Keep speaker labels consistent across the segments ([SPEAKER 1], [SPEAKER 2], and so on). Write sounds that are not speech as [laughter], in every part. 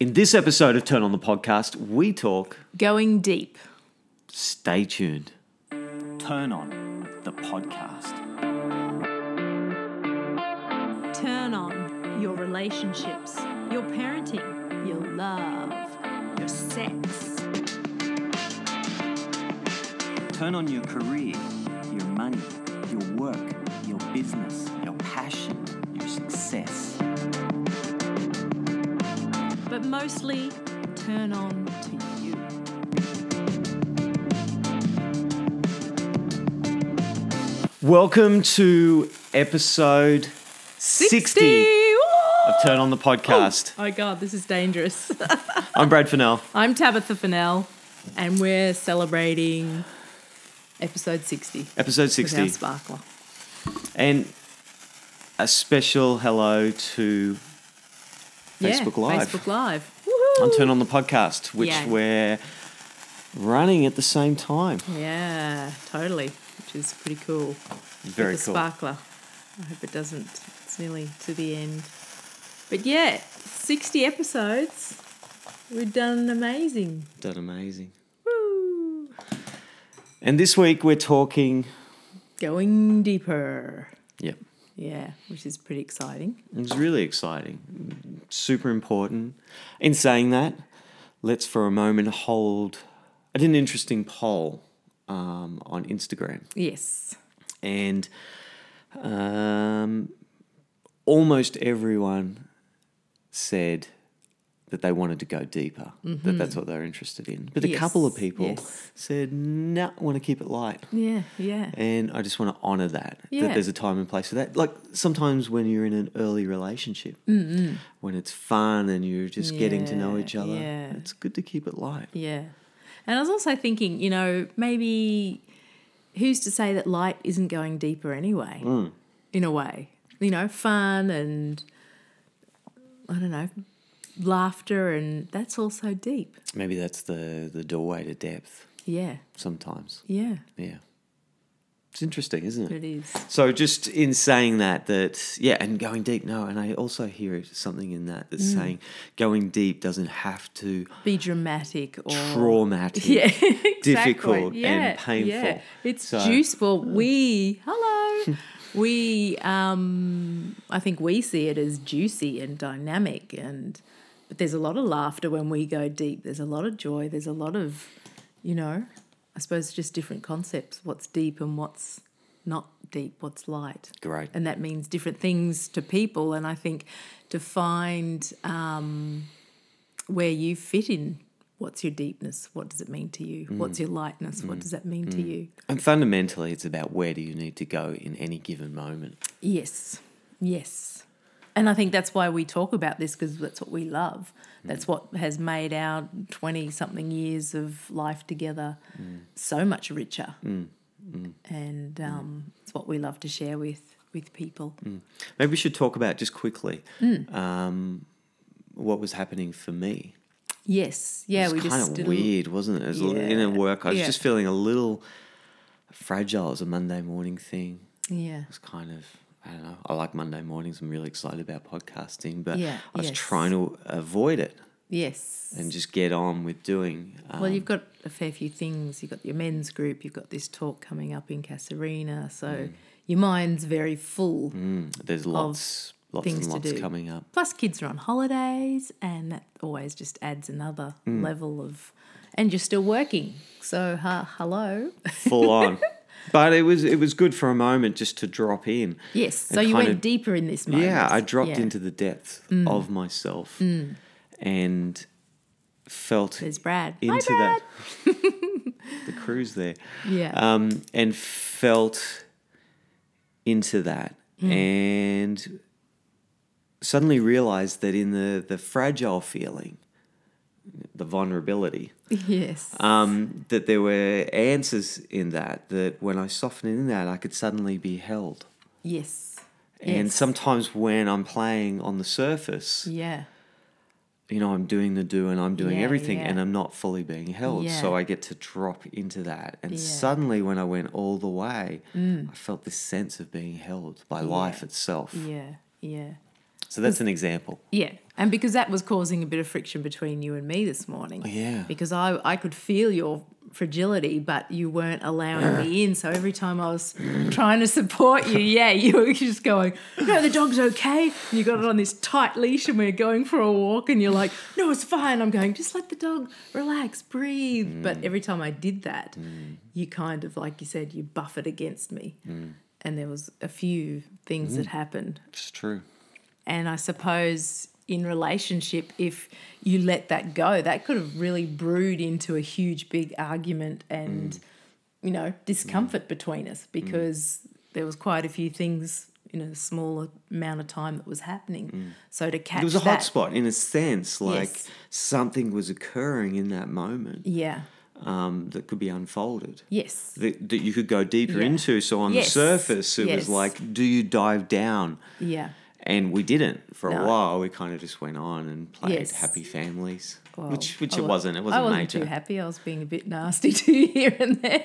[SPEAKER 1] In this episode of Turn On the Podcast, we talk.
[SPEAKER 2] Going deep.
[SPEAKER 1] Stay tuned. Turn On the Podcast.
[SPEAKER 2] Turn on your relationships, your parenting, your love, your sex.
[SPEAKER 1] Turn on your career, your money, your work, your business, your passion, your success.
[SPEAKER 2] But mostly, turn on to you.
[SPEAKER 1] Welcome to episode 60
[SPEAKER 2] Woo!
[SPEAKER 1] of Turn On the Podcast.
[SPEAKER 2] Oh god, this is dangerous.
[SPEAKER 1] I'm Brad Fennell.
[SPEAKER 2] I'm Tabitha Fennell, and we're celebrating episode 60.
[SPEAKER 1] Episode
[SPEAKER 2] With
[SPEAKER 1] 60.
[SPEAKER 2] our sparkler.
[SPEAKER 1] And a special hello to Facebook Live.
[SPEAKER 2] Facebook Live.
[SPEAKER 1] on
[SPEAKER 2] Woohoo!
[SPEAKER 1] Turn On the Podcast, which
[SPEAKER 2] Yeah.
[SPEAKER 1] we're running at the same time.
[SPEAKER 2] yeah, totally, which is pretty cool.
[SPEAKER 1] Very
[SPEAKER 2] with the
[SPEAKER 1] cool.
[SPEAKER 2] sparkler. I hope it doesn't. It's nearly to the end. But yeah, 60 episodes. We've done amazing.
[SPEAKER 1] Done amazing.
[SPEAKER 2] Woo!
[SPEAKER 1] And this week we're talking.
[SPEAKER 2] Going deeper.
[SPEAKER 1] Yep.
[SPEAKER 2] Yeah, which is pretty exciting.
[SPEAKER 1] It was really exciting, super important. In saying that, let's for a moment hold. I did an interesting poll um, on Instagram,
[SPEAKER 2] Yes.
[SPEAKER 1] and um, almost everyone said that they wanted to go deeper, that that's what they're interested in. But a couple of
[SPEAKER 2] Mm-hmm. Yes,
[SPEAKER 1] people
[SPEAKER 2] yes.
[SPEAKER 1] said, "No, nah, I want to keep it light."
[SPEAKER 2] Yeah, yeah.
[SPEAKER 1] And I just want to honour that. That
[SPEAKER 2] Yeah.
[SPEAKER 1] there's a time and place for that. Like sometimes when you're in an early relationship, when it's fun and you're just getting to know
[SPEAKER 2] Yeah,
[SPEAKER 1] each other,
[SPEAKER 2] yeah.
[SPEAKER 1] it's good to keep it light.
[SPEAKER 2] Yeah. And I was also thinking, you know, maybe who's to say that light isn't going deeper anyway,
[SPEAKER 1] Hmm.
[SPEAKER 2] in a way? You know, fun and I don't know, laughter, and that's also deep.
[SPEAKER 1] Maybe that's the, the doorway to depth
[SPEAKER 2] Yeah.
[SPEAKER 1] sometimes.
[SPEAKER 2] Yeah.
[SPEAKER 1] Yeah. It's interesting, isn't it?
[SPEAKER 2] It is.
[SPEAKER 1] So just in saying that, that, yeah, and going deep, no. And I also hear something in that that's
[SPEAKER 2] Mm.
[SPEAKER 1] saying going deep doesn't have to
[SPEAKER 2] Be dramatic or.
[SPEAKER 1] traumatic.
[SPEAKER 2] [laughs] yeah, exactly.
[SPEAKER 1] difficult and
[SPEAKER 2] yeah,
[SPEAKER 1] painful.
[SPEAKER 2] Yeah. It's
[SPEAKER 1] So- [laughs]
[SPEAKER 2] juice. Well, we hello. we um, I think we see it as juicy and dynamic, and but there's a lot of laughter when we go deep. There's a lot of joy. There's a lot of, you know, I suppose just different concepts. What's deep and what's not deep. What's light.
[SPEAKER 1] Great.
[SPEAKER 2] And that means different things to people. And I think to find um, where you fit in. What's your deepness? What does it mean to you? What's your lightness? What does that mean to you?
[SPEAKER 1] And fundamentally, it's about where do you need to go in any given moment.
[SPEAKER 2] Yes, yes. And I think that's why we talk about this because that's what we love. That's what has made our 20 something years of life together so much richer. And um, it's what we love to share with, with people.
[SPEAKER 1] Maybe we should talk about just quickly
[SPEAKER 2] Hmm.
[SPEAKER 1] um, what was happening for me.
[SPEAKER 2] Yes. Yeah,
[SPEAKER 1] it
[SPEAKER 2] we
[SPEAKER 1] was
[SPEAKER 2] just
[SPEAKER 1] kind
[SPEAKER 2] did
[SPEAKER 1] of
[SPEAKER 2] a-
[SPEAKER 1] weird, wasn't it? It was a little in
[SPEAKER 2] Yeah,
[SPEAKER 1] a work. I was
[SPEAKER 2] yeah.
[SPEAKER 1] just feeling a little fragile. It was a Monday morning thing.
[SPEAKER 2] Yeah.
[SPEAKER 1] It was kind of I don't know. I like Monday mornings. I'm really excited about podcasting, but
[SPEAKER 2] Yeah,
[SPEAKER 1] I was
[SPEAKER 2] yes.
[SPEAKER 1] trying to avoid it
[SPEAKER 2] Yes.
[SPEAKER 1] and just get on with doing. Um,
[SPEAKER 2] Well, you've got a fair few things. You've got your men's group. You've got this talk coming up in Casarina. So your mind's very full.
[SPEAKER 1] Mm. um, there's lots, lots and
[SPEAKER 2] things to
[SPEAKER 1] lots
[SPEAKER 2] do.
[SPEAKER 1] coming up.
[SPEAKER 2] Plus, kids are on holidays, and that always just adds another
[SPEAKER 1] Mm.
[SPEAKER 2] level of. And you're still working. So, ha hello. [laughs]
[SPEAKER 1] full on. But it was it was good for a moment just to drop in.
[SPEAKER 2] yes.
[SPEAKER 1] and
[SPEAKER 2] So you
[SPEAKER 1] kind
[SPEAKER 2] went
[SPEAKER 1] of-
[SPEAKER 2] deeper in this moment.
[SPEAKER 1] Yeah, I dropped
[SPEAKER 2] Yeah. Mm.
[SPEAKER 1] into the depth of myself and felt
[SPEAKER 2] There's Brad. Hi,
[SPEAKER 1] into
[SPEAKER 2] Brad.
[SPEAKER 1] that [laughs] the cruise there.
[SPEAKER 2] Yeah.
[SPEAKER 1] Um, and felt into that
[SPEAKER 2] Mm.
[SPEAKER 1] and suddenly realized that in the the fragile feeling, the vulnerability,
[SPEAKER 2] yes.
[SPEAKER 1] um, that there were answers in that that when I softened in that I could suddenly be held.
[SPEAKER 2] [laughs] yes.
[SPEAKER 1] And
[SPEAKER 2] Yes.
[SPEAKER 1] sometimes when I'm playing on the surface,
[SPEAKER 2] Yeah.
[SPEAKER 1] you know, I'm doing the do and I'm doing
[SPEAKER 2] Yeah,
[SPEAKER 1] everything
[SPEAKER 2] yeah.
[SPEAKER 1] and I'm not fully being held.
[SPEAKER 2] Yeah.
[SPEAKER 1] So I get to drop into that. And
[SPEAKER 2] Yeah. Mm.
[SPEAKER 1] suddenly when I went all the way, I felt this sense of being held by life itself.
[SPEAKER 2] Yeah. Yeah.
[SPEAKER 1] So that's an example.
[SPEAKER 2] Yeah. And because that was causing a bit of friction between you and me this morning.
[SPEAKER 1] yeah.
[SPEAKER 2] Because I, I could feel your fragility, but you weren't allowing me in. So every time I was trying to support you, yeah, you were just going, no, the dog's okay. And you got it on this tight leash and we are going for a walk and you're like, no, it's fine. I'm going, just let the dog relax, breathe. But every time I did that, you kind of, like you said, you buffered against me. And there was a few things that happened
[SPEAKER 1] It's true.
[SPEAKER 2] and I suppose in relationship, if you let that go, that could have really brewed into a huge, big argument and,
[SPEAKER 1] Mm.
[SPEAKER 2] you know, discomfort between us because there was quite a few things in a small amount of time that was happening. So to catch
[SPEAKER 1] Mm. It was a
[SPEAKER 2] that,
[SPEAKER 1] hot spot in a sense, like
[SPEAKER 2] Yes.
[SPEAKER 1] something was occurring in that moment
[SPEAKER 2] yeah,
[SPEAKER 1] um, that could be unfolded.
[SPEAKER 2] yes,
[SPEAKER 1] That, that you could go deeper
[SPEAKER 2] Yeah.
[SPEAKER 1] into. So on
[SPEAKER 2] Yes.
[SPEAKER 1] the surface, it
[SPEAKER 2] Yes.
[SPEAKER 1] was like, do you dive down?
[SPEAKER 2] yeah,
[SPEAKER 1] And we didn't for
[SPEAKER 2] No.
[SPEAKER 1] a while. We kind of just went on and played
[SPEAKER 2] Yes.
[SPEAKER 1] Happy Families,
[SPEAKER 2] Well,
[SPEAKER 1] which which
[SPEAKER 2] I
[SPEAKER 1] it
[SPEAKER 2] wa-
[SPEAKER 1] wasn't. It
[SPEAKER 2] I
[SPEAKER 1] wasn't,
[SPEAKER 2] wasn't
[SPEAKER 1] major.
[SPEAKER 2] too happy. I was being a bit nasty [laughs] to you here and there.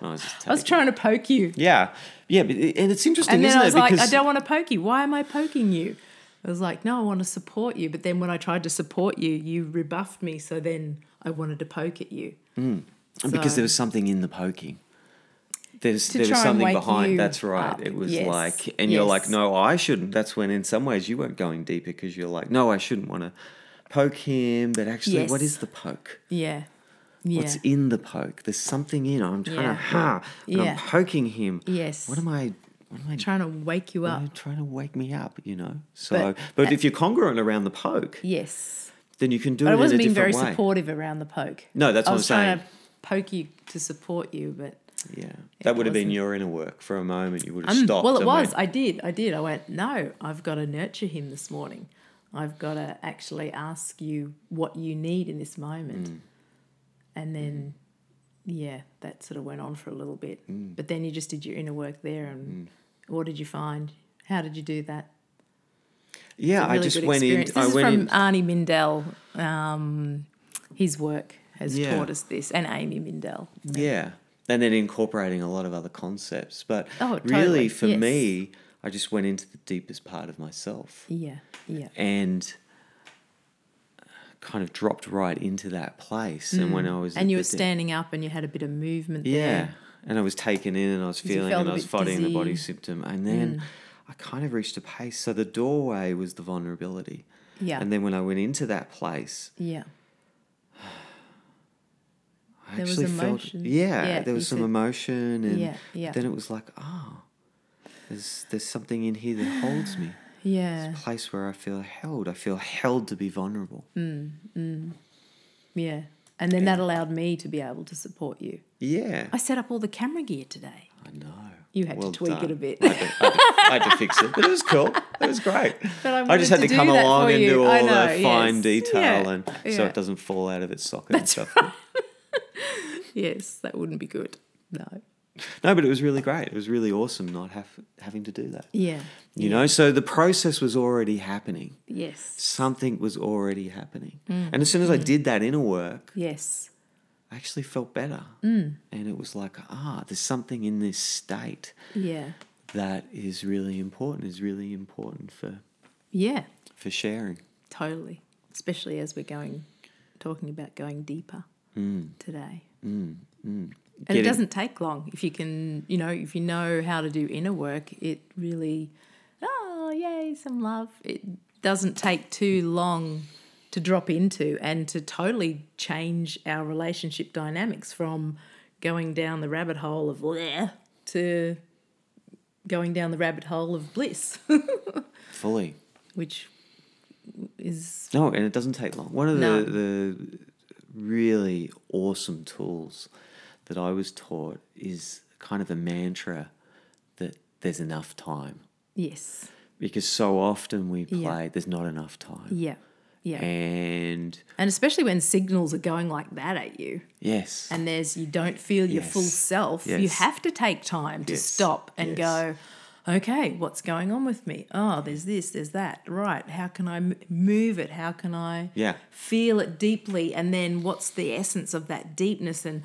[SPEAKER 1] I was just
[SPEAKER 2] I was
[SPEAKER 1] taking-
[SPEAKER 2] trying to poke you.
[SPEAKER 1] Yeah, yeah, but it, and it's interesting,
[SPEAKER 2] And then
[SPEAKER 1] isn't
[SPEAKER 2] I was
[SPEAKER 1] it?
[SPEAKER 2] like, I
[SPEAKER 1] because
[SPEAKER 2] don't want to poke you. Why am I poking you? I was like, no, I want to support you. But then when I tried to support you, you rebuffed me. So then I wanted to poke at you.
[SPEAKER 1] Mm. because
[SPEAKER 2] so-
[SPEAKER 1] there was something in the poking. There's
[SPEAKER 2] To
[SPEAKER 1] there was
[SPEAKER 2] try and
[SPEAKER 1] something
[SPEAKER 2] wake you
[SPEAKER 1] behind. That's right.
[SPEAKER 2] up,
[SPEAKER 1] It was
[SPEAKER 2] yes,
[SPEAKER 1] like, and you're like,
[SPEAKER 2] yes.
[SPEAKER 1] no, I shouldn't. That's when, in some ways, you weren't going deeper because you're like, no, I shouldn't want to poke him. But actually, what
[SPEAKER 2] Yes.
[SPEAKER 1] is the poke?
[SPEAKER 2] Yeah. Yeah.
[SPEAKER 1] What's in the poke? There's something in. I'm trying
[SPEAKER 2] Yeah.
[SPEAKER 1] to ha. and
[SPEAKER 2] Yeah.
[SPEAKER 1] I'm poking him.
[SPEAKER 2] Yes.
[SPEAKER 1] What am I? What am I
[SPEAKER 2] Trying to wake you up.
[SPEAKER 1] They're trying to wake me up, you know. So, but,
[SPEAKER 2] uh,
[SPEAKER 1] if you're congruent around the poke,
[SPEAKER 2] Yes.
[SPEAKER 1] then you can do it
[SPEAKER 2] But I
[SPEAKER 1] in a
[SPEAKER 2] wasn't being
[SPEAKER 1] different
[SPEAKER 2] very
[SPEAKER 1] way.
[SPEAKER 2] supportive around the poke.
[SPEAKER 1] No, that's
[SPEAKER 2] I
[SPEAKER 1] what
[SPEAKER 2] was
[SPEAKER 1] I'm
[SPEAKER 2] trying
[SPEAKER 1] saying.
[SPEAKER 2] to poke you to support you, but
[SPEAKER 1] yeah, that would have been
[SPEAKER 2] wasn't-
[SPEAKER 1] your inner work for a moment. You would have
[SPEAKER 2] Mm,
[SPEAKER 1] stopped.
[SPEAKER 2] Well, it
[SPEAKER 1] and
[SPEAKER 2] was.
[SPEAKER 1] went,
[SPEAKER 2] I did. I did. I went, no, I've got to nurture him this morning. I've got to actually ask you what you need in this moment.
[SPEAKER 1] Mm.
[SPEAKER 2] And then,
[SPEAKER 1] Mm-hmm.
[SPEAKER 2] yeah, that sort of went on for a little bit.
[SPEAKER 1] Mm.
[SPEAKER 2] But then you just did your inner work there. And what did you find? How did you do that?
[SPEAKER 1] yeah,
[SPEAKER 2] Really
[SPEAKER 1] I just
[SPEAKER 2] good
[SPEAKER 1] went
[SPEAKER 2] experience.
[SPEAKER 1] in.
[SPEAKER 2] This
[SPEAKER 1] I
[SPEAKER 2] is
[SPEAKER 1] went
[SPEAKER 2] from
[SPEAKER 1] in.
[SPEAKER 2] Arnie Mindell. Um, his work has
[SPEAKER 1] Yeah.
[SPEAKER 2] taught us this, and Amy Mindell.
[SPEAKER 1] Yeah, and then incorporating a lot of other concepts. But
[SPEAKER 2] Oh, totally,
[SPEAKER 1] really, for
[SPEAKER 2] yes.
[SPEAKER 1] me, I just went into the deepest part of myself
[SPEAKER 2] Yeah, yeah,
[SPEAKER 1] and kind of dropped right into that place. And when I was
[SPEAKER 2] Mm. and
[SPEAKER 1] at
[SPEAKER 2] you were
[SPEAKER 1] the de-
[SPEAKER 2] standing up, and you had a bit of movement.
[SPEAKER 1] Yeah.
[SPEAKER 2] there.
[SPEAKER 1] And I was taken in and I was
[SPEAKER 2] you
[SPEAKER 1] feeling
[SPEAKER 2] felt
[SPEAKER 1] and
[SPEAKER 2] a
[SPEAKER 1] I was
[SPEAKER 2] bit
[SPEAKER 1] fighting the body
[SPEAKER 2] dizzy. Mm.
[SPEAKER 1] symptom. And then I kind of reached a pace. So the doorway was the vulnerability.
[SPEAKER 2] Yeah.
[SPEAKER 1] And then when I went into that place,
[SPEAKER 2] yeah.
[SPEAKER 1] I
[SPEAKER 2] There was
[SPEAKER 1] actually felt
[SPEAKER 2] emotion.
[SPEAKER 1] yeah,
[SPEAKER 2] Yeah,
[SPEAKER 1] there
[SPEAKER 2] you
[SPEAKER 1] was some
[SPEAKER 2] said-
[SPEAKER 1] emotion and
[SPEAKER 2] Yeah, yeah.
[SPEAKER 1] then it was like, oh, there's there's something in here that holds me.
[SPEAKER 2] Yeah,
[SPEAKER 1] Place where I feel held. I feel held to be vulnerable.
[SPEAKER 2] Mm. yeah. And then that allowed me to be able to support you.
[SPEAKER 1] Yeah.
[SPEAKER 2] I set up all the camera gear today.
[SPEAKER 1] I know.
[SPEAKER 2] You had
[SPEAKER 1] Well
[SPEAKER 2] to tweak it
[SPEAKER 1] done.
[SPEAKER 2] a bit.
[SPEAKER 1] I had, to, I, had to, I had to fix it, but it was cool. It was great.
[SPEAKER 2] But I
[SPEAKER 1] I,
[SPEAKER 2] wanted
[SPEAKER 1] just had
[SPEAKER 2] to
[SPEAKER 1] to,
[SPEAKER 2] do
[SPEAKER 1] come
[SPEAKER 2] that
[SPEAKER 1] along
[SPEAKER 2] for
[SPEAKER 1] and
[SPEAKER 2] you.
[SPEAKER 1] do all
[SPEAKER 2] I know,
[SPEAKER 1] the fine
[SPEAKER 2] yes.
[SPEAKER 1] detail
[SPEAKER 2] Yeah,
[SPEAKER 1] and
[SPEAKER 2] yeah.
[SPEAKER 1] so it doesn't fall out of its socket and stuff.
[SPEAKER 2] [laughs] yes, that wouldn't be good. No.
[SPEAKER 1] No, but it was really great. It was really awesome not have, having to do that.
[SPEAKER 2] Yeah.
[SPEAKER 1] You know, so the process was already happening.
[SPEAKER 2] Yes.
[SPEAKER 1] Something was already happening.
[SPEAKER 2] Mm.
[SPEAKER 1] And as soon as I did that inner work,
[SPEAKER 2] Yes.
[SPEAKER 1] I actually felt better.
[SPEAKER 2] Mm.
[SPEAKER 1] And it was like, ah, there's something in this state
[SPEAKER 2] Yeah.
[SPEAKER 1] that is really important, is really important for,
[SPEAKER 2] Yeah.
[SPEAKER 1] for sharing.
[SPEAKER 2] Totally. Especially as we're going, talking about going deeper today. And
[SPEAKER 1] Getting-
[SPEAKER 2] it doesn't take long if you can, you know, if you know how to do inner work. It really, oh yay, some love. It doesn't take too long to drop into and to totally change our relationship dynamics from going down the rabbit hole of bleh to going down the rabbit hole of bliss, [laughs]
[SPEAKER 1] Fully.
[SPEAKER 2] which is
[SPEAKER 1] No, and it doesn't take long. One of
[SPEAKER 2] No.
[SPEAKER 1] the, the really awesome tools that I was taught is kind of a mantra that there's enough time.
[SPEAKER 2] yes,
[SPEAKER 1] Because so often we play,
[SPEAKER 2] Yeah.
[SPEAKER 1] there's not enough time.
[SPEAKER 2] yeah, yeah,
[SPEAKER 1] And
[SPEAKER 2] and especially when signals are going like that at you.
[SPEAKER 1] yes,
[SPEAKER 2] and there's you don't feel your full
[SPEAKER 1] Yes.
[SPEAKER 2] self, you
[SPEAKER 1] Yes.
[SPEAKER 2] have to take time to
[SPEAKER 1] Yes.
[SPEAKER 2] stop and
[SPEAKER 1] Yes.
[SPEAKER 2] go, okay, what's going on with me? Oh, there's this, there's that. Right, how can I m- move it? How can I
[SPEAKER 1] Yeah.
[SPEAKER 2] feel it deeply? And then what's the essence of that deepness? And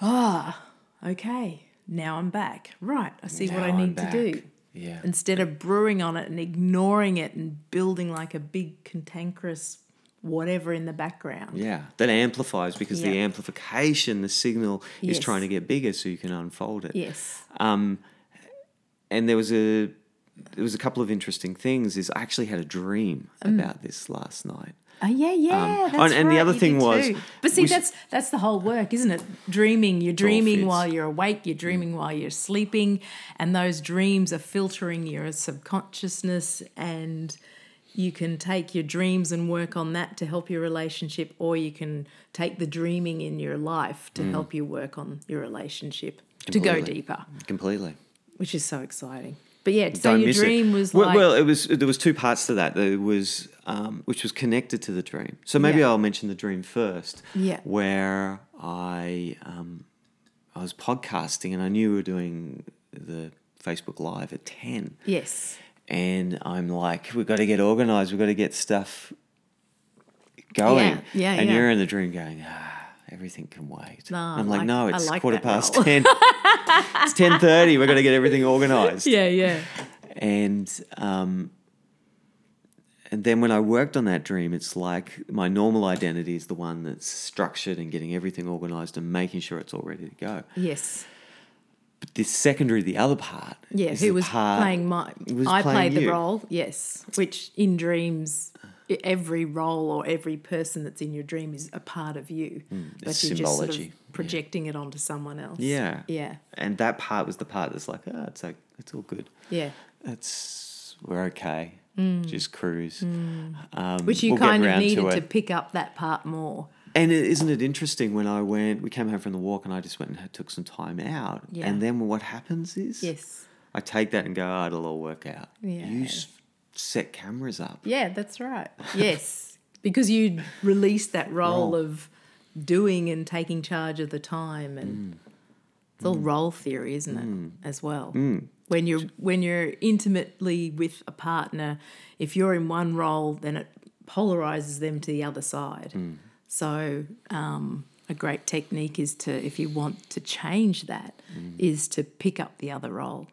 [SPEAKER 2] ah, okay, now I'm back. Right, I see what
[SPEAKER 1] Now
[SPEAKER 2] I
[SPEAKER 1] I'm
[SPEAKER 2] need to do.
[SPEAKER 1] back. Yeah.
[SPEAKER 2] instead of brewing on it and ignoring it and building like a big cantankerous whatever in the background.
[SPEAKER 1] Yeah, that amplifies because the
[SPEAKER 2] Yeah.
[SPEAKER 1] amplification, the signal is
[SPEAKER 2] Yes.
[SPEAKER 1] trying to get bigger so you can unfold it.
[SPEAKER 2] Yes.
[SPEAKER 1] And there was a there was a couple of interesting things is I actually had a dream
[SPEAKER 2] Mm.
[SPEAKER 1] about this last night.
[SPEAKER 2] Oh yeah, yeah.
[SPEAKER 1] Um,
[SPEAKER 2] that's
[SPEAKER 1] and- and the
[SPEAKER 2] right,
[SPEAKER 1] other
[SPEAKER 2] you
[SPEAKER 1] thing
[SPEAKER 2] did
[SPEAKER 1] was
[SPEAKER 2] too. but see,
[SPEAKER 1] we s-
[SPEAKER 2] that's that's the whole work, isn't it? Dreaming, you're dreaming
[SPEAKER 1] fits.
[SPEAKER 2] while you're awake, you're dreaming while you're sleeping, and those dreams are filtering your subconsciousness, and you can take your dreams and work on that to help your relationship, or you can take the dreaming in your life to help you work on your relationship to go
[SPEAKER 1] Mm. Completely.
[SPEAKER 2] deeper,
[SPEAKER 1] Completely.
[SPEAKER 2] which is so exciting. But yeah, so your
[SPEAKER 1] miss it.
[SPEAKER 2] dream was
[SPEAKER 1] well,
[SPEAKER 2] like
[SPEAKER 1] well, it was there was two parts to that. There was um, which was connected to the dream. So maybe
[SPEAKER 2] Yeah.
[SPEAKER 1] I'll mention the dream first.
[SPEAKER 2] Yeah.
[SPEAKER 1] Where I um, I was podcasting and I knew we were doing the Facebook Live at ten.
[SPEAKER 2] yes,
[SPEAKER 1] and I'm like, we've got to get organized. We've got to get stuff going.
[SPEAKER 2] Yeah, yeah,
[SPEAKER 1] and
[SPEAKER 2] yeah.
[SPEAKER 1] you're in the dream going, ah, everything can wait.
[SPEAKER 2] No, I
[SPEAKER 1] I'm like,
[SPEAKER 2] like-
[SPEAKER 1] no,
[SPEAKER 2] I
[SPEAKER 1] it's
[SPEAKER 2] like
[SPEAKER 1] quarter
[SPEAKER 2] that
[SPEAKER 1] past
[SPEAKER 2] role." [laughs]
[SPEAKER 1] ten. it's ten thirty. We're going to get everything organized.
[SPEAKER 2] [laughs] yeah, yeah,
[SPEAKER 1] And um, and then when I worked on that dream, it's like my normal identity is the one that's structured and getting everything organized and making sure it's all ready to go.
[SPEAKER 2] yes.
[SPEAKER 1] But this secondary, the other part,
[SPEAKER 2] Yeah,
[SPEAKER 1] is
[SPEAKER 2] who
[SPEAKER 1] the
[SPEAKER 2] was
[SPEAKER 1] part-
[SPEAKER 2] playing my?
[SPEAKER 1] was
[SPEAKER 2] I
[SPEAKER 1] playing
[SPEAKER 2] played the
[SPEAKER 1] you.
[SPEAKER 2] role. Yes, which in dreams, i- every role or every person that's in your dream is a part of you, but
[SPEAKER 1] Hmm, it's symbology, yeah.
[SPEAKER 2] projecting it onto someone else.
[SPEAKER 1] Yeah.
[SPEAKER 2] yeah,
[SPEAKER 1] And that part was the part that's like, ah, it's like it's all good.
[SPEAKER 2] yeah.
[SPEAKER 1] It's we're okay. Just cruise. Um,
[SPEAKER 2] Mm. Which you
[SPEAKER 1] we'll get
[SPEAKER 2] kind of
[SPEAKER 1] round
[SPEAKER 2] needed to,
[SPEAKER 1] it.
[SPEAKER 2] pick up that part more.
[SPEAKER 1] And it, isn't it interesting when I went? We came home from the walk, and I just went and had- took some time out.
[SPEAKER 2] Yeah.
[SPEAKER 1] And then what happens is,
[SPEAKER 2] Yes.
[SPEAKER 1] I take that and go, oh, it'll all work out. You
[SPEAKER 2] Yeah.
[SPEAKER 1] s- set cameras up.
[SPEAKER 2] Yeah, that's right. Yes, [laughs] because you released that role
[SPEAKER 1] Role.
[SPEAKER 2] of doing and taking charge of the time, and it's all role theory, isn't it? As well, when you're when you're intimately with a partner, if you're in one role, then it polarizes them to the other side. So. Um, a great technique is to, if you want to change that, is to pick up the other role,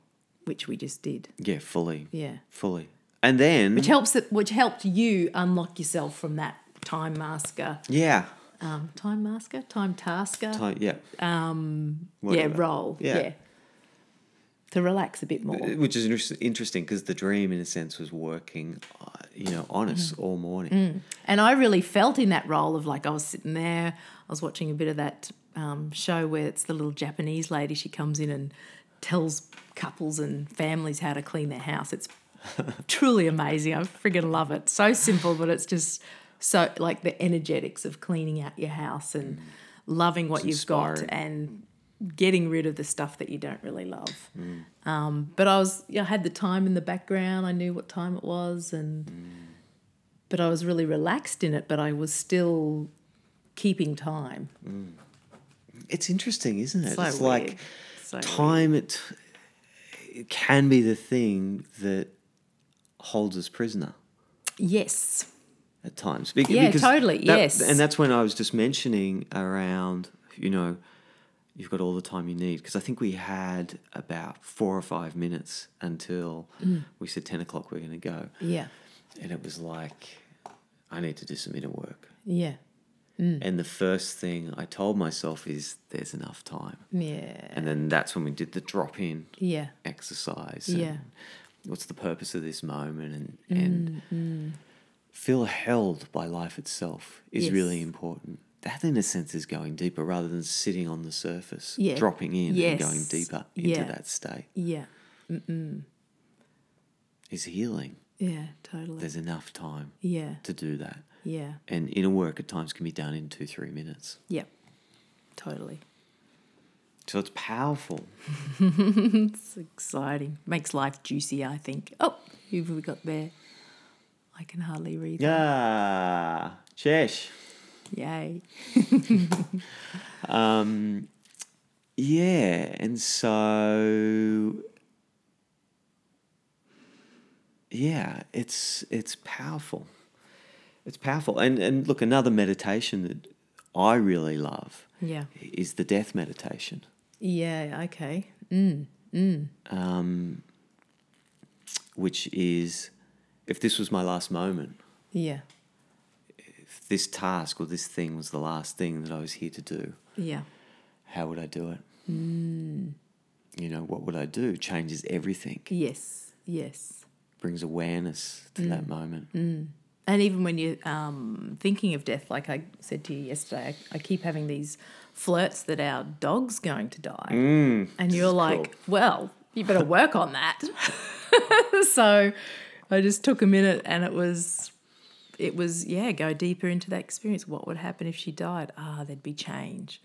[SPEAKER 2] which we just did.
[SPEAKER 1] Yeah, fully,
[SPEAKER 2] Yeah
[SPEAKER 1] fully. And then,
[SPEAKER 2] which helps it, which helped you unlock yourself from that time masker,
[SPEAKER 1] yeah,
[SPEAKER 2] um, time masker, time tasker,
[SPEAKER 1] time, yeah,
[SPEAKER 2] um, yeah,
[SPEAKER 1] Whatever.
[SPEAKER 2] role, yeah.
[SPEAKER 1] Yeah.
[SPEAKER 2] to relax a bit more.
[SPEAKER 1] Uh, which is inter- interesting because the dream, in a sense, was working, uh, you know, on us
[SPEAKER 2] Mm.
[SPEAKER 1] all morning.
[SPEAKER 2] And I really felt in that role of like I was sitting there, I was watching a bit of that um, show where it's the little Japanese lady. She comes in and tells couples and families how to clean their house. It's truly amazing. I friggin' love it. So simple, but it's just so like the energetics of cleaning out your house and loving what you've
[SPEAKER 1] inspiring.
[SPEAKER 2] got and getting rid of the stuff that you don't really love. Um, but I was, I had the time in the background. I knew what time it was, and but I was really relaxed in it. But I was still keeping time.
[SPEAKER 1] It's interesting, isn't it?
[SPEAKER 2] So
[SPEAKER 1] it's
[SPEAKER 2] weird.
[SPEAKER 1] like
[SPEAKER 2] So weird.
[SPEAKER 1] time. It, it can be the thing that holds us prisoner
[SPEAKER 2] Yes.
[SPEAKER 1] at times. Be-
[SPEAKER 2] Yeah, totally,
[SPEAKER 1] that-
[SPEAKER 2] yes.
[SPEAKER 1] and that's when I was just mentioning around, you know, you've got all the time you need because I think we had about four or five minutes until
[SPEAKER 2] Mm.
[SPEAKER 1] we said ten o'clock we're going to go,
[SPEAKER 2] Yeah.
[SPEAKER 1] and it was like, I need to do some inner work.
[SPEAKER 2] Yeah. Mm.
[SPEAKER 1] And the first thing I told myself is, "There's enough time,"
[SPEAKER 2] Yeah.
[SPEAKER 1] and then that's when we did the drop in.
[SPEAKER 2] Yeah.
[SPEAKER 1] exercise and
[SPEAKER 2] Yeah. Mm,
[SPEAKER 1] what's the purpose of this moment and, and feel held by life itself is really
[SPEAKER 2] Yes.
[SPEAKER 1] important that in a sense is going deeper rather than sitting on the surface
[SPEAKER 2] Yeah.
[SPEAKER 1] dropping in
[SPEAKER 2] Yes.
[SPEAKER 1] and going deeper into
[SPEAKER 2] Yeah.
[SPEAKER 1] that state
[SPEAKER 2] Yeah.
[SPEAKER 1] is healing
[SPEAKER 2] Yeah. Totally.
[SPEAKER 1] there's enough time
[SPEAKER 2] Yeah.
[SPEAKER 1] to do that
[SPEAKER 2] Yeah.
[SPEAKER 1] and inner work at times can be done in two three minutes
[SPEAKER 2] Yep. Totally.
[SPEAKER 1] so it's powerful
[SPEAKER 2] It's exciting. Makes life juicy, I think. Oh, who've we got there? I can hardly read.
[SPEAKER 1] yeah chesh
[SPEAKER 2] Yay.
[SPEAKER 1] Yeah, and so yeah, it's it's powerful. It's powerful. And and look, another meditation that I really love
[SPEAKER 2] Yeah.
[SPEAKER 1] is the death meditation.
[SPEAKER 2] Yeah. Okay.
[SPEAKER 1] which is if this was my last moment,
[SPEAKER 2] Yeah.
[SPEAKER 1] if this task or this thing was the last thing that I was here to do,
[SPEAKER 2] Yeah.
[SPEAKER 1] how would I do it? You know, what would I do? Changes everything,
[SPEAKER 2] Yes. Yes.
[SPEAKER 1] brings awareness to that moment.
[SPEAKER 2] And even when you're um, thinking of death, like I said to you yesterday, I, I keep having these flirts that our dog's going to die. and you're
[SPEAKER 1] is
[SPEAKER 2] like, well, you better work on that. [laughs] so I just took a minute and it was, it was, yeah, go deeper into that experience. What would happen if she died? Ah, there'd be change.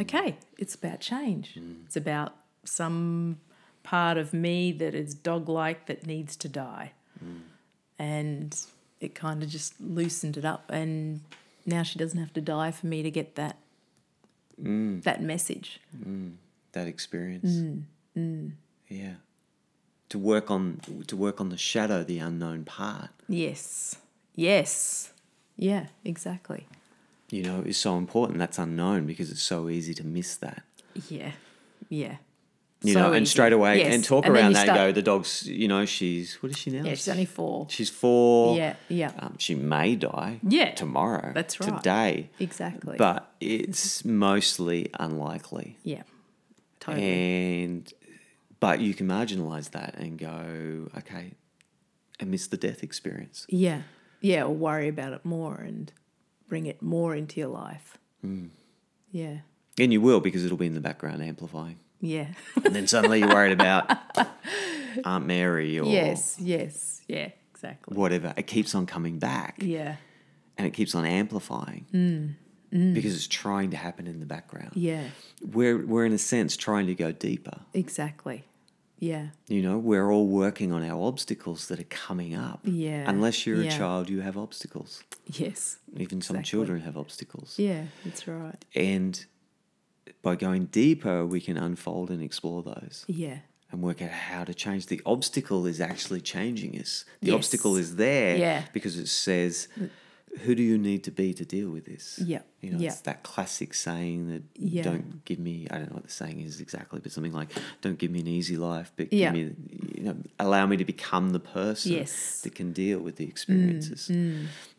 [SPEAKER 2] Okay, it's about change. It's about some part of me that is dog like that needs to die. And it kind of just loosened it up. And now she doesn't have to die for me to get that.
[SPEAKER 1] Mm.
[SPEAKER 2] That message.
[SPEAKER 1] that experience.
[SPEAKER 2] Mm,
[SPEAKER 1] Yeah. To work on to work on the shadow, the unknown part,
[SPEAKER 2] Yes. Yes. Yeah, exactly.
[SPEAKER 1] you know, is so important. That's unknown because it's so easy to miss that.
[SPEAKER 2] Yeah. Yeah.
[SPEAKER 1] You
[SPEAKER 2] So
[SPEAKER 1] know, and
[SPEAKER 2] easy.
[SPEAKER 1] straight away
[SPEAKER 2] Yes.
[SPEAKER 1] and talk
[SPEAKER 2] then
[SPEAKER 1] around
[SPEAKER 2] you
[SPEAKER 1] that
[SPEAKER 2] start-
[SPEAKER 1] go, the dog's you know, she's what is she now?
[SPEAKER 2] Yeah, she's only four.
[SPEAKER 1] She's four.
[SPEAKER 2] Yeah, yeah.
[SPEAKER 1] Um, she may die.
[SPEAKER 2] Yeah.
[SPEAKER 1] Tomorrow.
[SPEAKER 2] That's right.
[SPEAKER 1] Today.
[SPEAKER 2] Exactly.
[SPEAKER 1] But it's mostly unlikely.
[SPEAKER 2] yeah. Totally.
[SPEAKER 1] And but you can marginalize that and go, okay, and miss the death experience.
[SPEAKER 2] yeah. Yeah, or worry about it more and bring it more into your life.
[SPEAKER 1] Mm.
[SPEAKER 2] Yeah.
[SPEAKER 1] And you will because it'll be in the background
[SPEAKER 2] [laughs]
[SPEAKER 1] amplifying.
[SPEAKER 2] Yeah.
[SPEAKER 1] And then suddenly you're worried
[SPEAKER 2] [laughs]
[SPEAKER 1] about Aunt Mary or
[SPEAKER 2] yes, yes. Yeah, exactly.
[SPEAKER 1] whatever. It keeps on coming back
[SPEAKER 2] Yeah. Mm.
[SPEAKER 1] and it keeps on amplifying because it's trying to happen in the background.
[SPEAKER 2] Yeah.
[SPEAKER 1] We're, we're, in a sense, trying to go deeper.
[SPEAKER 2] Exactly. Yeah.
[SPEAKER 1] You know, we're all working on our obstacles that are coming up.
[SPEAKER 2] Yeah.
[SPEAKER 1] Unless you're
[SPEAKER 2] Yeah.
[SPEAKER 1] a child, you have obstacles.
[SPEAKER 2] Yes.
[SPEAKER 1] Even some children have obstacles.
[SPEAKER 2] Yeah, that's right.
[SPEAKER 1] And by going deeper, we can unfold and explore those.
[SPEAKER 2] Yeah.
[SPEAKER 1] and work out how to change. The obstacle is actually changing us. The
[SPEAKER 2] Yes.
[SPEAKER 1] obstacle is there
[SPEAKER 2] Yeah.
[SPEAKER 1] because it says, "Who do you need to be to deal with this?"
[SPEAKER 2] Yeah.
[SPEAKER 1] you know,
[SPEAKER 2] Yeah.
[SPEAKER 1] it's that classic saying that
[SPEAKER 2] Yeah.
[SPEAKER 1] don't give me. I don't know what the saying is exactly, but something like, "Don't give me an easy life, but
[SPEAKER 2] Yeah.
[SPEAKER 1] give me, you know, allow me to become the person
[SPEAKER 2] Yes. Mm,
[SPEAKER 1] that can deal with the experiences."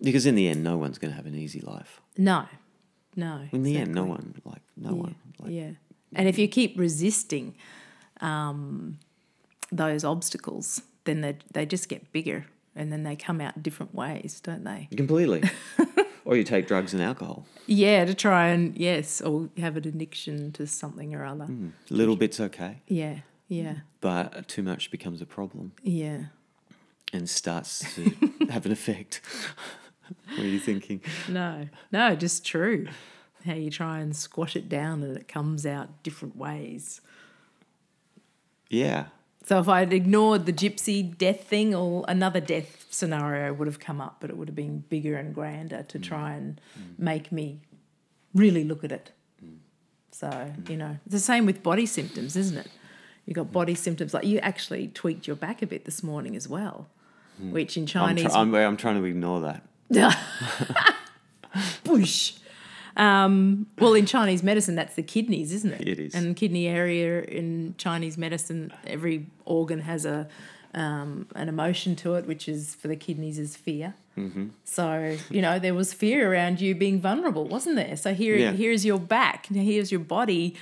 [SPEAKER 1] Because in the end, no one's going to have an easy life.
[SPEAKER 2] No. No.
[SPEAKER 1] In the end, no one like no one. Like,
[SPEAKER 2] yeah. And if you keep resisting um, those obstacles, then they, they just get bigger and then they come out different ways, don't they? [laughs]
[SPEAKER 1] Completely. or you take drugs and alcohol.
[SPEAKER 2] Yeah, to try and, yes, or have an addiction to something or other.
[SPEAKER 1] Little bit's okay.
[SPEAKER 2] Yeah, yeah,
[SPEAKER 1] but too much becomes a problem
[SPEAKER 2] yeah.
[SPEAKER 1] and starts
[SPEAKER 2] [laughs]
[SPEAKER 1] to have an effect. [laughs] what are you thinking?
[SPEAKER 2] No, no, just true. How you try and squash it down and it comes out different ways.
[SPEAKER 1] Yeah,
[SPEAKER 2] So if I'd ignored the gypsy death thing, or another death scenario would have come up, but it would have been bigger and grander
[SPEAKER 1] Mm.
[SPEAKER 2] to try and make me really look at it.
[SPEAKER 1] Mm.
[SPEAKER 2] So, you know, it's the same with body symptoms, isn't it? You
[SPEAKER 1] Mm.
[SPEAKER 2] got body symptoms like you actually tweaked your back a bit this morning as well, which in
[SPEAKER 1] Mm. I'm,
[SPEAKER 2] Chinese
[SPEAKER 1] try- I'm, I'm trying to ignore that.
[SPEAKER 2] [laughs] Whoosh. Um, well, in Chinese medicine, that's the kidneys, isn't it?
[SPEAKER 1] It is.
[SPEAKER 2] And kidney area in Chinese medicine, every organ has a um, an emotion to it, which is for the kidneys is fear. Mm-hmm. So you know there was fear around you being vulnerable, wasn't there? So here,
[SPEAKER 1] Yeah.
[SPEAKER 2] here is your back. Now here's your body.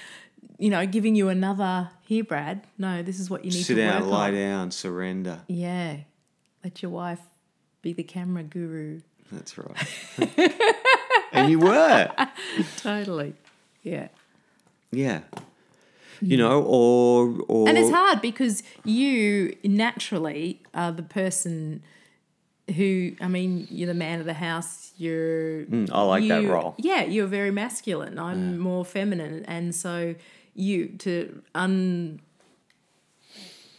[SPEAKER 2] You know, giving you another. Here, Brad. No, this is what you need
[SPEAKER 1] Sit
[SPEAKER 2] to
[SPEAKER 1] down,
[SPEAKER 2] work
[SPEAKER 1] lie
[SPEAKER 2] on.
[SPEAKER 1] down, surrender.
[SPEAKER 2] Yeah, let your wife be the camera guru.
[SPEAKER 1] That's right.
[SPEAKER 2] [laughs]
[SPEAKER 1] and you were.
[SPEAKER 2] Totally. Yeah.
[SPEAKER 1] Yeah. You know, or or
[SPEAKER 2] And it's hard because you naturally are the person who, I mean, you're the man of the house. You're.
[SPEAKER 1] Hmm, I like that
[SPEAKER 2] you-
[SPEAKER 1] role.
[SPEAKER 2] Yeah, you're very masculine. I'm more feminine, and so you to un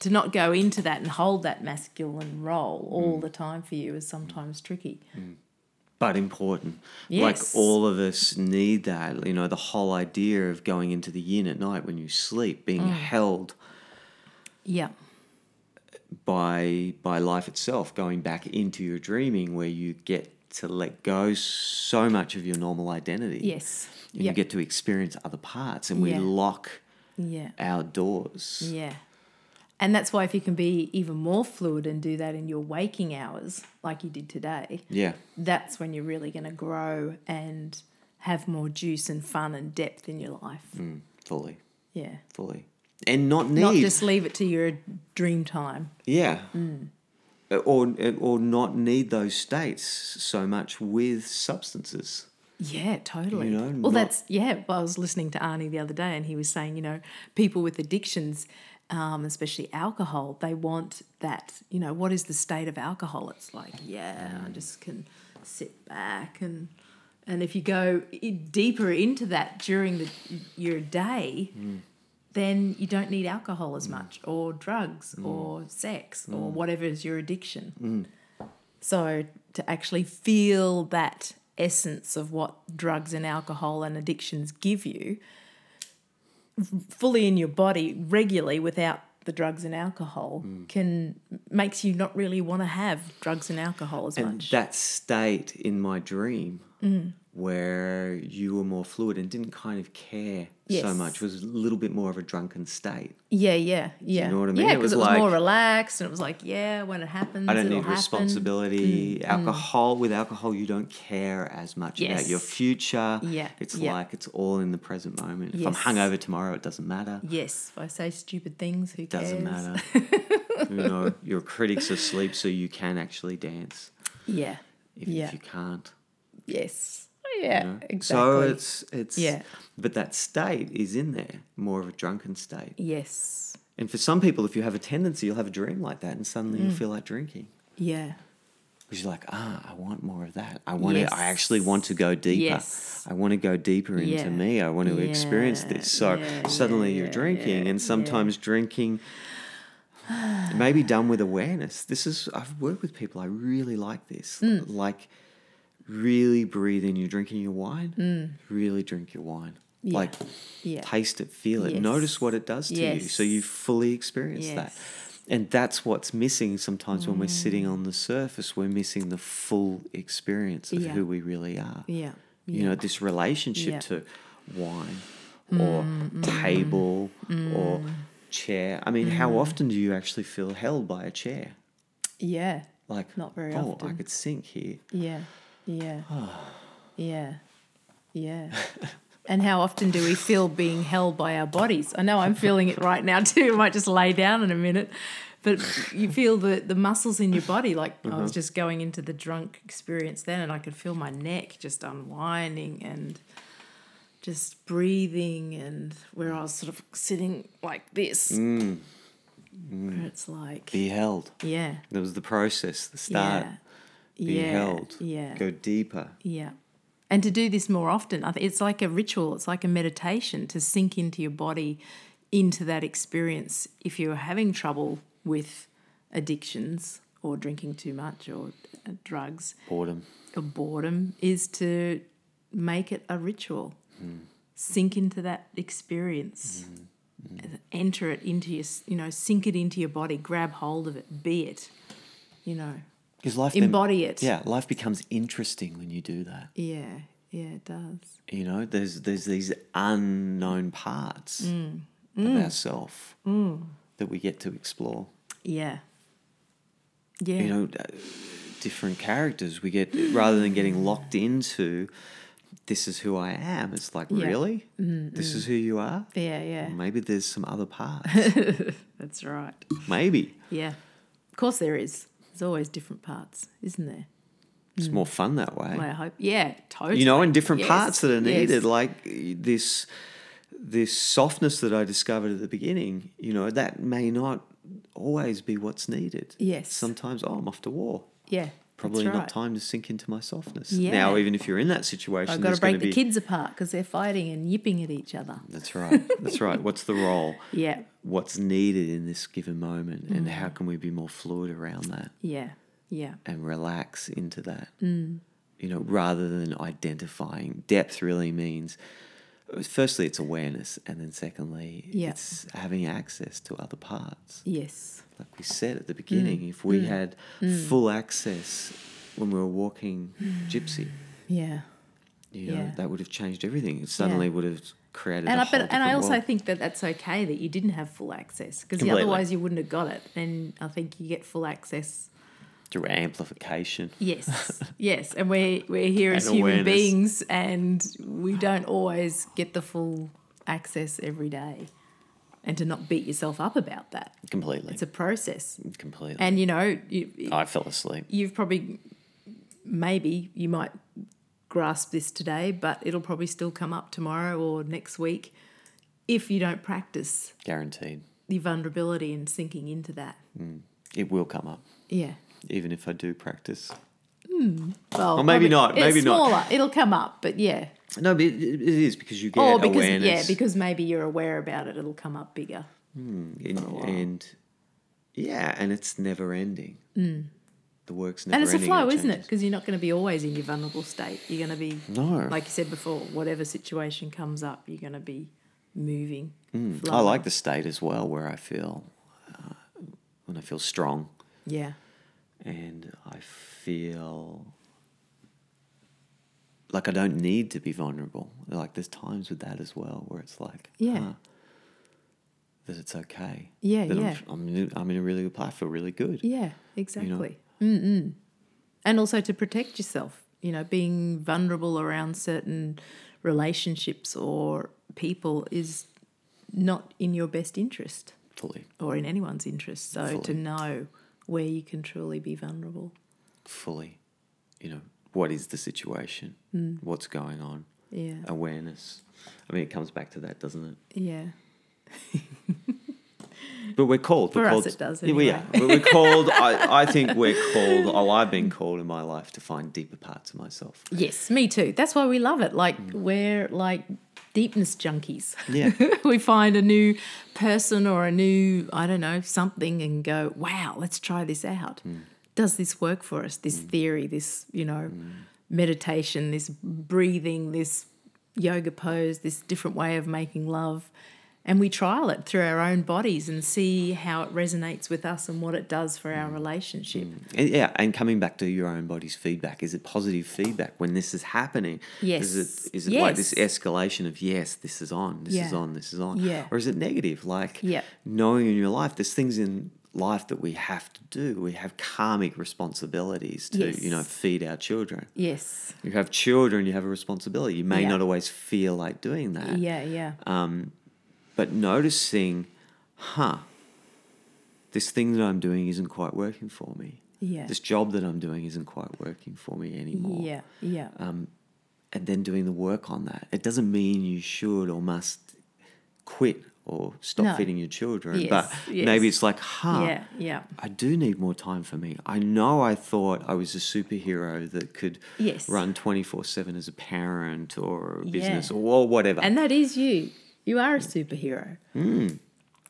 [SPEAKER 2] to not go into that and hold that masculine role
[SPEAKER 1] Hmm.
[SPEAKER 2] all the time for you is sometimes tricky.
[SPEAKER 1] but important.
[SPEAKER 2] Yes.
[SPEAKER 1] Like all of us need that. You know, the whole idea of going into the yin at night when you sleep,
[SPEAKER 2] Mm.
[SPEAKER 1] being held
[SPEAKER 2] Yeah.
[SPEAKER 1] by by life itself going back into your dreaming where you get to let go so much of your normal identity
[SPEAKER 2] Yes.
[SPEAKER 1] and
[SPEAKER 2] Yeah.
[SPEAKER 1] you get to experience other parts and we
[SPEAKER 2] Yeah.
[SPEAKER 1] lock
[SPEAKER 2] yeah.
[SPEAKER 1] our doors
[SPEAKER 2] Yeah. And that's why if you can be even more fluid and do that in your waking hours, like you did today,
[SPEAKER 1] Yeah.
[SPEAKER 2] that's when you're really going to grow and have more juice and fun and depth in your life.
[SPEAKER 1] Mm, fully.
[SPEAKER 2] Yeah.
[SPEAKER 1] Fully. And not need.
[SPEAKER 2] Not just Mm. leave it to your dream time.
[SPEAKER 1] Yeah. Or, or not need those states so much with substances.
[SPEAKER 2] Yeah, totally.
[SPEAKER 1] You know,
[SPEAKER 2] well,
[SPEAKER 1] not-
[SPEAKER 2] that's yeah. Well, I was listening to Arnie the other day, and he was saying, you know, people with addictions, um, especially alcohol, they want that. You know, what is the state of alcohol? It's like, yeah,
[SPEAKER 1] Mm.
[SPEAKER 2] I just can sit back and and if you go i- deeper into that during the, your day,
[SPEAKER 1] Mm.
[SPEAKER 2] then you don't need alcohol as much, or drugs,
[SPEAKER 1] Mm.
[SPEAKER 2] or sex, or whatever is your addiction. So to actually feel that essence of what drugs and alcohol and addictions give you f- fully in your body regularly without the drugs and alcohol
[SPEAKER 1] Hmm.
[SPEAKER 2] can makes you not really want to have drugs and alcohol as
[SPEAKER 1] And
[SPEAKER 2] much. Mm.
[SPEAKER 1] that state in my dream where you were more fluid and didn't kind of care so
[SPEAKER 2] Yes.
[SPEAKER 1] much was a little bit more of a drunken state.
[SPEAKER 2] yeah, yeah, yeah.
[SPEAKER 1] know what I mean?
[SPEAKER 2] Yeah,
[SPEAKER 1] It was
[SPEAKER 2] because it was
[SPEAKER 1] like-
[SPEAKER 2] more relaxed and it was like, yeah, when it happens,
[SPEAKER 1] I don't
[SPEAKER 2] it'll
[SPEAKER 1] need
[SPEAKER 2] happen.
[SPEAKER 1] responsibility.
[SPEAKER 2] Mm.
[SPEAKER 1] Alcohol with alcohol, you don't care as much about your
[SPEAKER 2] Yes.
[SPEAKER 1] future.
[SPEAKER 2] Yeah,
[SPEAKER 1] it's
[SPEAKER 2] yeah.
[SPEAKER 1] like it's all in the present moment. If I'm
[SPEAKER 2] Yes.
[SPEAKER 1] hungover tomorrow, it doesn't matter.
[SPEAKER 2] Yes, if I say stupid things, who cares?
[SPEAKER 1] Doesn't matter.
[SPEAKER 2] [laughs]
[SPEAKER 1] you know, your critics are asleep, so you can actually dance.
[SPEAKER 2] Yeah.
[SPEAKER 1] Even
[SPEAKER 2] yeah.
[SPEAKER 1] if you can't.
[SPEAKER 2] yes. Yeah.
[SPEAKER 1] you know?
[SPEAKER 2] E, Exactly.
[SPEAKER 1] So it's it's
[SPEAKER 2] Yeah.
[SPEAKER 1] but that state is in there, more of a drunken state.
[SPEAKER 2] yes.
[SPEAKER 1] And for some people, if you have a tendency, you'll have a dream like that and suddenly
[SPEAKER 2] Mm.
[SPEAKER 1] you'll feel like drinking.
[SPEAKER 2] Yeah.
[SPEAKER 1] Because you're like, ah, I want more of that. I want to, I actually
[SPEAKER 2] Yes.
[SPEAKER 1] want to go deeper.
[SPEAKER 2] Yes.
[SPEAKER 1] I want to go deeper into
[SPEAKER 2] Yeah.
[SPEAKER 1] me. I want to experience this.
[SPEAKER 2] Yeah,
[SPEAKER 1] So
[SPEAKER 2] yeah,
[SPEAKER 1] suddenly
[SPEAKER 2] yeah,
[SPEAKER 1] you're
[SPEAKER 2] yeah,
[SPEAKER 1] drinking, and
[SPEAKER 2] yeah.
[SPEAKER 1] sometimes drinking maybe done with awareness. This is, I've worked with people, I really like this.
[SPEAKER 2] Mm.
[SPEAKER 1] Like, really breathe in. You're drinking your wine, really drink your wine.
[SPEAKER 2] Mm. Yeah.
[SPEAKER 1] Like,
[SPEAKER 2] Yeah.
[SPEAKER 1] taste it, feel it,
[SPEAKER 2] Yes.
[SPEAKER 1] notice what it does to you. So you
[SPEAKER 2] Yes.
[SPEAKER 1] fully experience that.
[SPEAKER 2] Yes. Mm.
[SPEAKER 1] And that's what's missing sometimes when we're sitting on the surface, we're missing the full experience of
[SPEAKER 2] Yeah.
[SPEAKER 1] who we really are.
[SPEAKER 2] Yeah.
[SPEAKER 1] You know, this relationship
[SPEAKER 2] Yeah. Mm,
[SPEAKER 1] to wine or table or chair. I mean, how
[SPEAKER 2] Mm.
[SPEAKER 1] often do you actually feel held by a chair?
[SPEAKER 2] Yeah.
[SPEAKER 1] Like,
[SPEAKER 2] Not very
[SPEAKER 1] oh, I
[SPEAKER 2] often.
[SPEAKER 1] could sink here.
[SPEAKER 2] Yeah. Yeah. yeah. Yeah. And how often do we feel being held by our bodies? I know I'm feeling it right now too. I might just lay down in a minute. But you feel the, the muscles in your body. Like I was just going into the drunk experience then, and I could feel my neck just unwinding and just breathing, and where I was sort of sitting like this. Where it's like,
[SPEAKER 1] Be held.
[SPEAKER 2] yeah.
[SPEAKER 1] That was the process, the start.
[SPEAKER 2] Yeah.
[SPEAKER 1] Be
[SPEAKER 2] yeah.
[SPEAKER 1] held.
[SPEAKER 2] Yeah.
[SPEAKER 1] Go deeper.
[SPEAKER 2] Yeah. And to do this more often, I think it's like a ritual, it's like a meditation to sink into your body, into that experience. If you're having trouble with addictions or drinking too much or uh, drugs
[SPEAKER 1] Boredom.
[SPEAKER 2] or boredom, is to make it a ritual.
[SPEAKER 1] Hmm.
[SPEAKER 2] Sink into that experience.
[SPEAKER 1] Hmm.
[SPEAKER 2] Enter it into your, s- you know, sink it into your body, grab hold of it, be it, you know,
[SPEAKER 1] Because life then-
[SPEAKER 2] embody it.
[SPEAKER 1] Yeah, life becomes interesting when you do that.
[SPEAKER 2] Yeah. Yeah, it does.
[SPEAKER 1] You know, there's there's these unknown parts
[SPEAKER 2] Mm,
[SPEAKER 1] of ourself that we get to explore.
[SPEAKER 2] Yeah. Yeah.
[SPEAKER 1] You know, uh, different characters. We get rather than getting locked into this is who I am. It's like
[SPEAKER 2] Yeah. Mm,
[SPEAKER 1] really, this is who you are.
[SPEAKER 2] yeah, yeah.
[SPEAKER 1] Maybe there's some other parts.
[SPEAKER 2] [laughs] That's right.
[SPEAKER 1] Maybe
[SPEAKER 2] Yeah. Of course there is. There's always different parts, isn't there?
[SPEAKER 1] it's
[SPEAKER 2] Mm.
[SPEAKER 1] more fun that way.
[SPEAKER 2] Well, I hope. Yeah, totally.
[SPEAKER 1] you know, and different
[SPEAKER 2] Yes,
[SPEAKER 1] parts that are
[SPEAKER 2] yes.
[SPEAKER 1] needed, like eh, this this softness that I discovered at the beginning. You know, that may not always be what's needed.
[SPEAKER 2] Yes.
[SPEAKER 1] Sometimes, oh, I'm off to war.
[SPEAKER 2] Yeah.
[SPEAKER 1] Probably
[SPEAKER 2] that's
[SPEAKER 1] not
[SPEAKER 2] right.
[SPEAKER 1] time to sink into my softness.
[SPEAKER 2] Yeah.
[SPEAKER 1] Now, even if you're in that situation,
[SPEAKER 2] I've got
[SPEAKER 1] there's
[SPEAKER 2] to
[SPEAKER 1] going to
[SPEAKER 2] break
[SPEAKER 1] be.
[SPEAKER 2] the kids apart because they're fighting and yipping at each other.
[SPEAKER 1] That's right. That's right. What's the role?
[SPEAKER 2] Yeah.
[SPEAKER 1] What's needed in this given moment,
[SPEAKER 2] Mm.
[SPEAKER 1] and how can we be more fluid around that
[SPEAKER 2] Yeah. Yeah.
[SPEAKER 1] and relax into that?
[SPEAKER 2] Mm.
[SPEAKER 1] You know, rather than identifying, depth really means firstly, it's awareness, and then secondly,
[SPEAKER 2] Yeah.
[SPEAKER 1] it's having access to other parts.
[SPEAKER 2] Yes.
[SPEAKER 1] Like we said at the
[SPEAKER 2] Mm.
[SPEAKER 1] beginning, if we had full access when we were walking Gypsy,
[SPEAKER 2] Yeah.
[SPEAKER 1] you know,
[SPEAKER 2] Mm. Yeah.
[SPEAKER 1] that would have changed everything. It suddenly would have created
[SPEAKER 2] And
[SPEAKER 1] a
[SPEAKER 2] I,
[SPEAKER 1] whole
[SPEAKER 2] but, and I
[SPEAKER 1] different
[SPEAKER 2] also
[SPEAKER 1] world.
[SPEAKER 2] think that that's okay that you didn't have full access because
[SPEAKER 1] Completely.
[SPEAKER 2] otherwise you wouldn't have got it. And I think you get full access.
[SPEAKER 1] through amplification. [laughs]
[SPEAKER 2] Yes, yes. And we're, we're here as
[SPEAKER 1] And
[SPEAKER 2] human
[SPEAKER 1] awareness.
[SPEAKER 2] beings and we don't always get the full access every day. And to not beat yourself up about that.
[SPEAKER 1] Completely.
[SPEAKER 2] It's a process.
[SPEAKER 1] completely.
[SPEAKER 2] And, you know, you,
[SPEAKER 1] I fell asleep.
[SPEAKER 2] you've probably maybe you might grasp this today, but it'll probably still come up tomorrow or next week if you don't practice
[SPEAKER 1] Guaranteed.
[SPEAKER 2] the vulnerability and sinking into that.
[SPEAKER 1] It will come up,
[SPEAKER 2] Yeah.
[SPEAKER 1] even if I do practice.
[SPEAKER 2] Well,
[SPEAKER 1] Or maybe
[SPEAKER 2] probably-
[SPEAKER 1] not, maybe
[SPEAKER 2] it's
[SPEAKER 1] not.
[SPEAKER 2] smaller. It'll come up, but yeah.
[SPEAKER 1] No, but it, it is because you get
[SPEAKER 2] or Oh, because
[SPEAKER 1] awareness.
[SPEAKER 2] yeah, because maybe you're aware about it, it'll come up bigger.
[SPEAKER 1] and,
[SPEAKER 2] Oh,
[SPEAKER 1] and yeah, and it's never ending. The work's never
[SPEAKER 2] Mm. And it's a
[SPEAKER 1] ending
[SPEAKER 2] flow,
[SPEAKER 1] it
[SPEAKER 2] isn't it?
[SPEAKER 1] changes.
[SPEAKER 2] Because you're not going to be always in your vulnerable state. You're going to be,
[SPEAKER 1] No.
[SPEAKER 2] like you said before, whatever situation comes up, you're going to be moving.
[SPEAKER 1] Mm, I
[SPEAKER 2] flowing.
[SPEAKER 1] like the state as well where I feel uh, when I feel strong
[SPEAKER 2] Yeah.
[SPEAKER 1] and I feel like I don't need to be vulnerable. Like there's times with that as well where it's like
[SPEAKER 2] Yeah.
[SPEAKER 1] ah, that it's okay.
[SPEAKER 2] Yeah,
[SPEAKER 1] that
[SPEAKER 2] yeah.
[SPEAKER 1] I'm, I'm, in, I'm in a really good place. I feel really good.
[SPEAKER 2] Yeah, exactly. Mm-mm. And also to protect yourself, you know, being vulnerable around certain relationships or people is not in your best interest
[SPEAKER 1] Fully,
[SPEAKER 2] or in anyone's interest. So to
[SPEAKER 1] Fully.
[SPEAKER 2] know where you can truly be vulnerable.
[SPEAKER 1] fully. You know what is the situation?
[SPEAKER 2] Mm.
[SPEAKER 1] What's going on?
[SPEAKER 2] Yeah.
[SPEAKER 1] Awareness. I mean, it comes back to that, doesn't it?
[SPEAKER 2] Yeah.
[SPEAKER 1] But we're called.
[SPEAKER 2] For
[SPEAKER 1] we're
[SPEAKER 2] us
[SPEAKER 1] called,
[SPEAKER 2] it does,
[SPEAKER 1] Yeah, we are.
[SPEAKER 2] anyway.
[SPEAKER 1] But we're called. I, I think we're
[SPEAKER 2] [laughs]
[SPEAKER 1] called. Oh, I've been called in my life to find deeper parts of myself.
[SPEAKER 2] Yes, me too. That's why we love it. Like we're like deepness junkies.
[SPEAKER 1] Yeah.
[SPEAKER 2] [laughs] we find a new person or a new, I don't know, something and go, wow, let's try this out. Does this work for us? This theory, this, you know, meditation, this breathing, this yoga pose, this different way of making love. And we trial it through our own bodies and see how it resonates with us and what it does for our relationship.
[SPEAKER 1] And, yeah, and coming back to your own body's feedback, is it positive feedback when this is happening? Is
[SPEAKER 2] Yes.
[SPEAKER 1] it is it like
[SPEAKER 2] Yes.
[SPEAKER 1] this escalation of yes, this is on, this is
[SPEAKER 2] Yeah.
[SPEAKER 1] on, this is on,
[SPEAKER 2] Yeah.
[SPEAKER 1] or is it negative? Like
[SPEAKER 2] Yeah.
[SPEAKER 1] knowing in your life, there's things in life that we have to do. We have karmic responsibilities to you know
[SPEAKER 2] Yes.
[SPEAKER 1] feed our children.
[SPEAKER 2] Yes.
[SPEAKER 1] You have children, you have a responsibility. You may
[SPEAKER 2] Yeah.
[SPEAKER 1] not always feel like doing that.
[SPEAKER 2] Yeah, yeah.
[SPEAKER 1] but noticing, huh, this thing that I'm doing isn't quite working for me.
[SPEAKER 2] Yeah.
[SPEAKER 1] This job that I'm doing isn't quite working for me anymore.
[SPEAKER 2] Yeah, yeah.
[SPEAKER 1] And then doing the work on that. It doesn't mean you should or must quit or stop
[SPEAKER 2] No.
[SPEAKER 1] feeding your children.
[SPEAKER 2] Yes,
[SPEAKER 1] but
[SPEAKER 2] yes.
[SPEAKER 1] maybe it's like, huh,
[SPEAKER 2] yeah, yeah.
[SPEAKER 1] I do need more time for me. I know I thought I was a superhero that could
[SPEAKER 2] Yes.
[SPEAKER 1] run 24 7 as a parent or a
[SPEAKER 2] Yeah.
[SPEAKER 1] business or whatever.
[SPEAKER 2] And that is you. You are a superhero.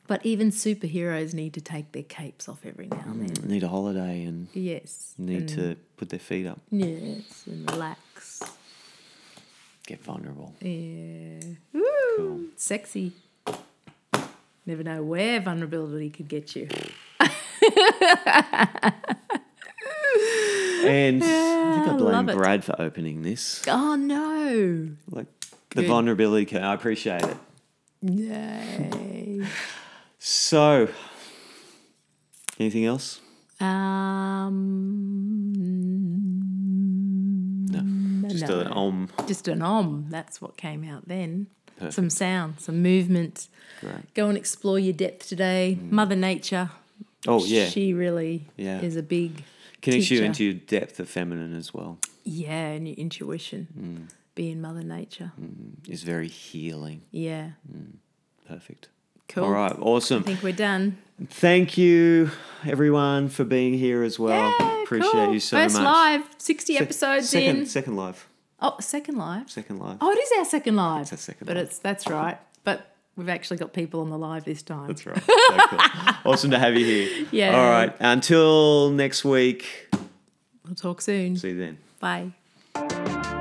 [SPEAKER 2] But even superheroes need to take their capes off every now and then.
[SPEAKER 1] Mm, need a holiday and
[SPEAKER 2] Yes.
[SPEAKER 1] need
[SPEAKER 2] Mm.
[SPEAKER 1] to put their feet up,
[SPEAKER 2] Yes. And relax.
[SPEAKER 1] get vulnerable.
[SPEAKER 2] Yeah. Woo. Sexy. Never know where vulnerability could get you.
[SPEAKER 1] And I think I
[SPEAKER 2] I
[SPEAKER 1] blame
[SPEAKER 2] love it.
[SPEAKER 1] Brad for opening this.
[SPEAKER 2] Oh no.
[SPEAKER 1] Like the
[SPEAKER 2] Good.
[SPEAKER 1] vulnerability, can, I appreciate it.
[SPEAKER 2] Yay. [laughs]
[SPEAKER 1] So, anything else?
[SPEAKER 2] Um
[SPEAKER 1] No, just
[SPEAKER 2] no.
[SPEAKER 1] an om.
[SPEAKER 2] just an om. That's what came out then.
[SPEAKER 1] Perfect.
[SPEAKER 2] Some sound, some movement.
[SPEAKER 1] Great.
[SPEAKER 2] Go and explore your depth today. Mother Nature.
[SPEAKER 1] Mm. Oh yeah,
[SPEAKER 2] She really
[SPEAKER 1] Yeah.
[SPEAKER 2] is a big
[SPEAKER 1] connects you
[SPEAKER 2] teacher.
[SPEAKER 1] into your depth of feminine as well.
[SPEAKER 2] yeah, and your intuition.
[SPEAKER 1] Mm.
[SPEAKER 2] Being Mother Nature.
[SPEAKER 1] It's very healing.
[SPEAKER 2] Yeah.
[SPEAKER 1] Perfect.
[SPEAKER 2] Cool.
[SPEAKER 1] Mm. All right, awesome.
[SPEAKER 2] I think we're done.
[SPEAKER 1] Thank you, everyone, for being here as well.
[SPEAKER 2] Yeah,
[SPEAKER 1] Appreciate
[SPEAKER 2] cool.
[SPEAKER 1] you so
[SPEAKER 2] First
[SPEAKER 1] much.
[SPEAKER 2] live, sixty
[SPEAKER 1] Se-
[SPEAKER 2] episodes
[SPEAKER 1] second,
[SPEAKER 2] in.
[SPEAKER 1] second live,
[SPEAKER 2] Oh, second live.
[SPEAKER 1] second live.
[SPEAKER 2] Oh, it is our second live.
[SPEAKER 1] our second
[SPEAKER 2] but
[SPEAKER 1] live.
[SPEAKER 2] it's that's right. But we've actually got people on the live this time.
[SPEAKER 1] That's right. So cool.
[SPEAKER 2] [laughs]
[SPEAKER 1] awesome to have you here.
[SPEAKER 2] Yeah.
[SPEAKER 1] All right. Until next week.
[SPEAKER 2] We'll talk soon.
[SPEAKER 1] See you then.
[SPEAKER 2] Bye.